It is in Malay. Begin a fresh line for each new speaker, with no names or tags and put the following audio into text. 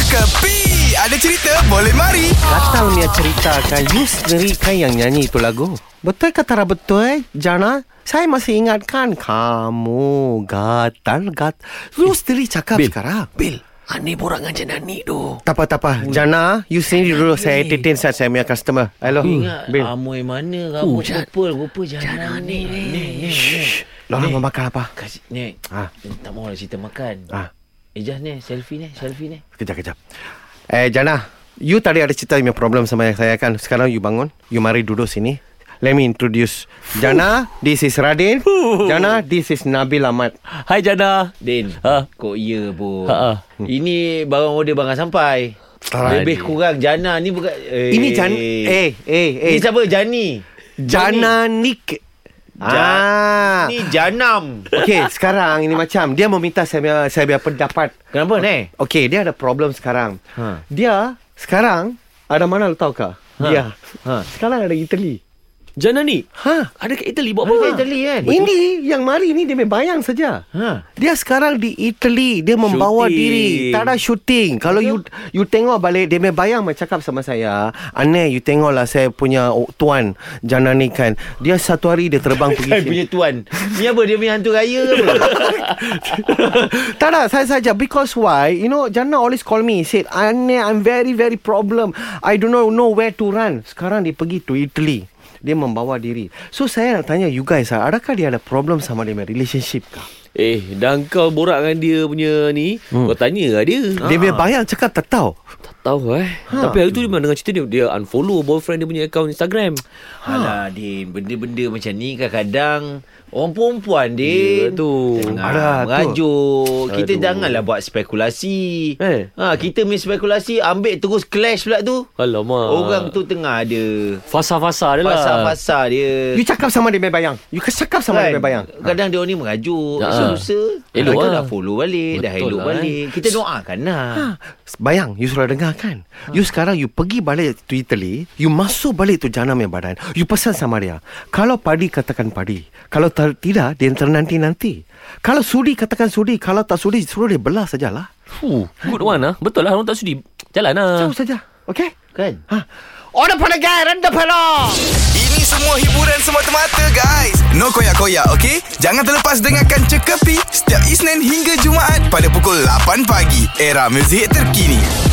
Kepi Ada cerita boleh mari
Gatal Mia ceritakan You sendiri kan yang nyanyi itu lagu Betul ke tak betul Jana Saya masih ingatkan Kamu Gatal gat You sendiri cakap Bil. sekarang Bil
Ani borang aja nani tu.
Tak apa tak apa Jana You sendiri dulu Saya entertain saya, saya punya customer Hello Bil
Amoy mana kau uh,
Jan-
pukul rupa
Jangan
jangan ni.
ni, ni.
Ni,
Lorang mau makan apa
Kasih ni.
Ah.
Tak mau lah cerita makan.
Ah.
Ejah ni, selfie ni, selfie ni.
Kejap kejap Eh Jana You tadi ada cerita punya problem sama saya kan Sekarang you bangun You mari duduk sini Let me introduce Jana This is Radin Jana This is Nabil Ahmad
Hai Jana
Din,
Ha?
kok ya bu.
Ha, ha.
Ini barang order barang sampai. Lebih kurang Jana ni bukan eh,
Ini Jan Eh eh eh
Ni siapa? Jani.
Jana Nick
Ja-
Ah.
Ni Janam.
Okey, sekarang ini macam dia meminta saya punya, saya punya pendapat.
Kenapa ni?
Okey, dia ada problem sekarang.
Ha.
Dia sekarang ada mana lu tahu kah? Dia.
Ha.
Sekarang ada Italy.
Jana ni
Ha.
Ada kat Italy buat
Apa
apa?
ha. Italy
eh?
kan?
Ini yang mari ni dia main bayang saja.
Ha.
Dia sekarang di Italy, dia membawa
Shooting.
diri, tak ada shooting. Kalau you you tengok balik dia main bayang macam cakap sama saya, aneh you tengoklah saya punya oh, tuan Jana ni kan. Dia satu hari dia terbang pergi
Hai
sini.
Eh, punya tuan. Ni apa dia punya hantu raya ke apa?
tak tak saya saja because why you know Jana always call me said Ane I'm very very problem I do not know where to run sekarang dia pergi to Italy dia membawa diri so saya nak tanya you guys ah, adakah dia ada problem sama dia punya relationship kah
Eh, dah kau borak dengan dia punya ni hmm. Kau tanya lah dia
Ha.
dia punya bayang cakap tak tahu
Tak tahu eh ha. Tapi hari tu dia memang dengan cerita dia Dia unfollow boyfriend dia punya account Instagram
Alah Din Benda-benda macam ni kadang-kadang Orang perempuan
Ya,
Din
tu.
Jangan
Alah, tu.
merajuk Kita janganlah buat spekulasi
Eh.
ha, Kita punya spekulasi Ambil terus clash pula tu
Alamak
Orang tu tengah ada
Fasa-fasa dia lah
Fasa-fasa dia Kan?
you cakap sama dia punya bayang you cakap sama dia punya bayang
Kadang dia orang ni merajuk
Ha. Ya.
Susah
Elok
Kadang
lah.
dah follow balik Dah
Betul
elok
lah, Ha.
balik Kita doakan lah
Bayang You sudah dengar kan ha. You sekarang You pergi balik to Italy You masuk balik tu Jana punya badan You pesan sama dia Kalau padi Katakan padi Kalau ter- tidak Dia nanti-nanti Kalau sudi Katakan sudi Kalau tak sudi Suruh dia belah sajalah
Fuh, Good one lah Betul lah orang tak sudi Jalan lah
Jauh saja Okay
Kan
ha. Order pada guy Render pada
Ini semua hiburan semata-mata guys No koyak-koyak ok Jangan terlepas dengarkan Cekapi Setiap Isnin hingga Jumaat Pada pukul 8 pagi Era muzik terkini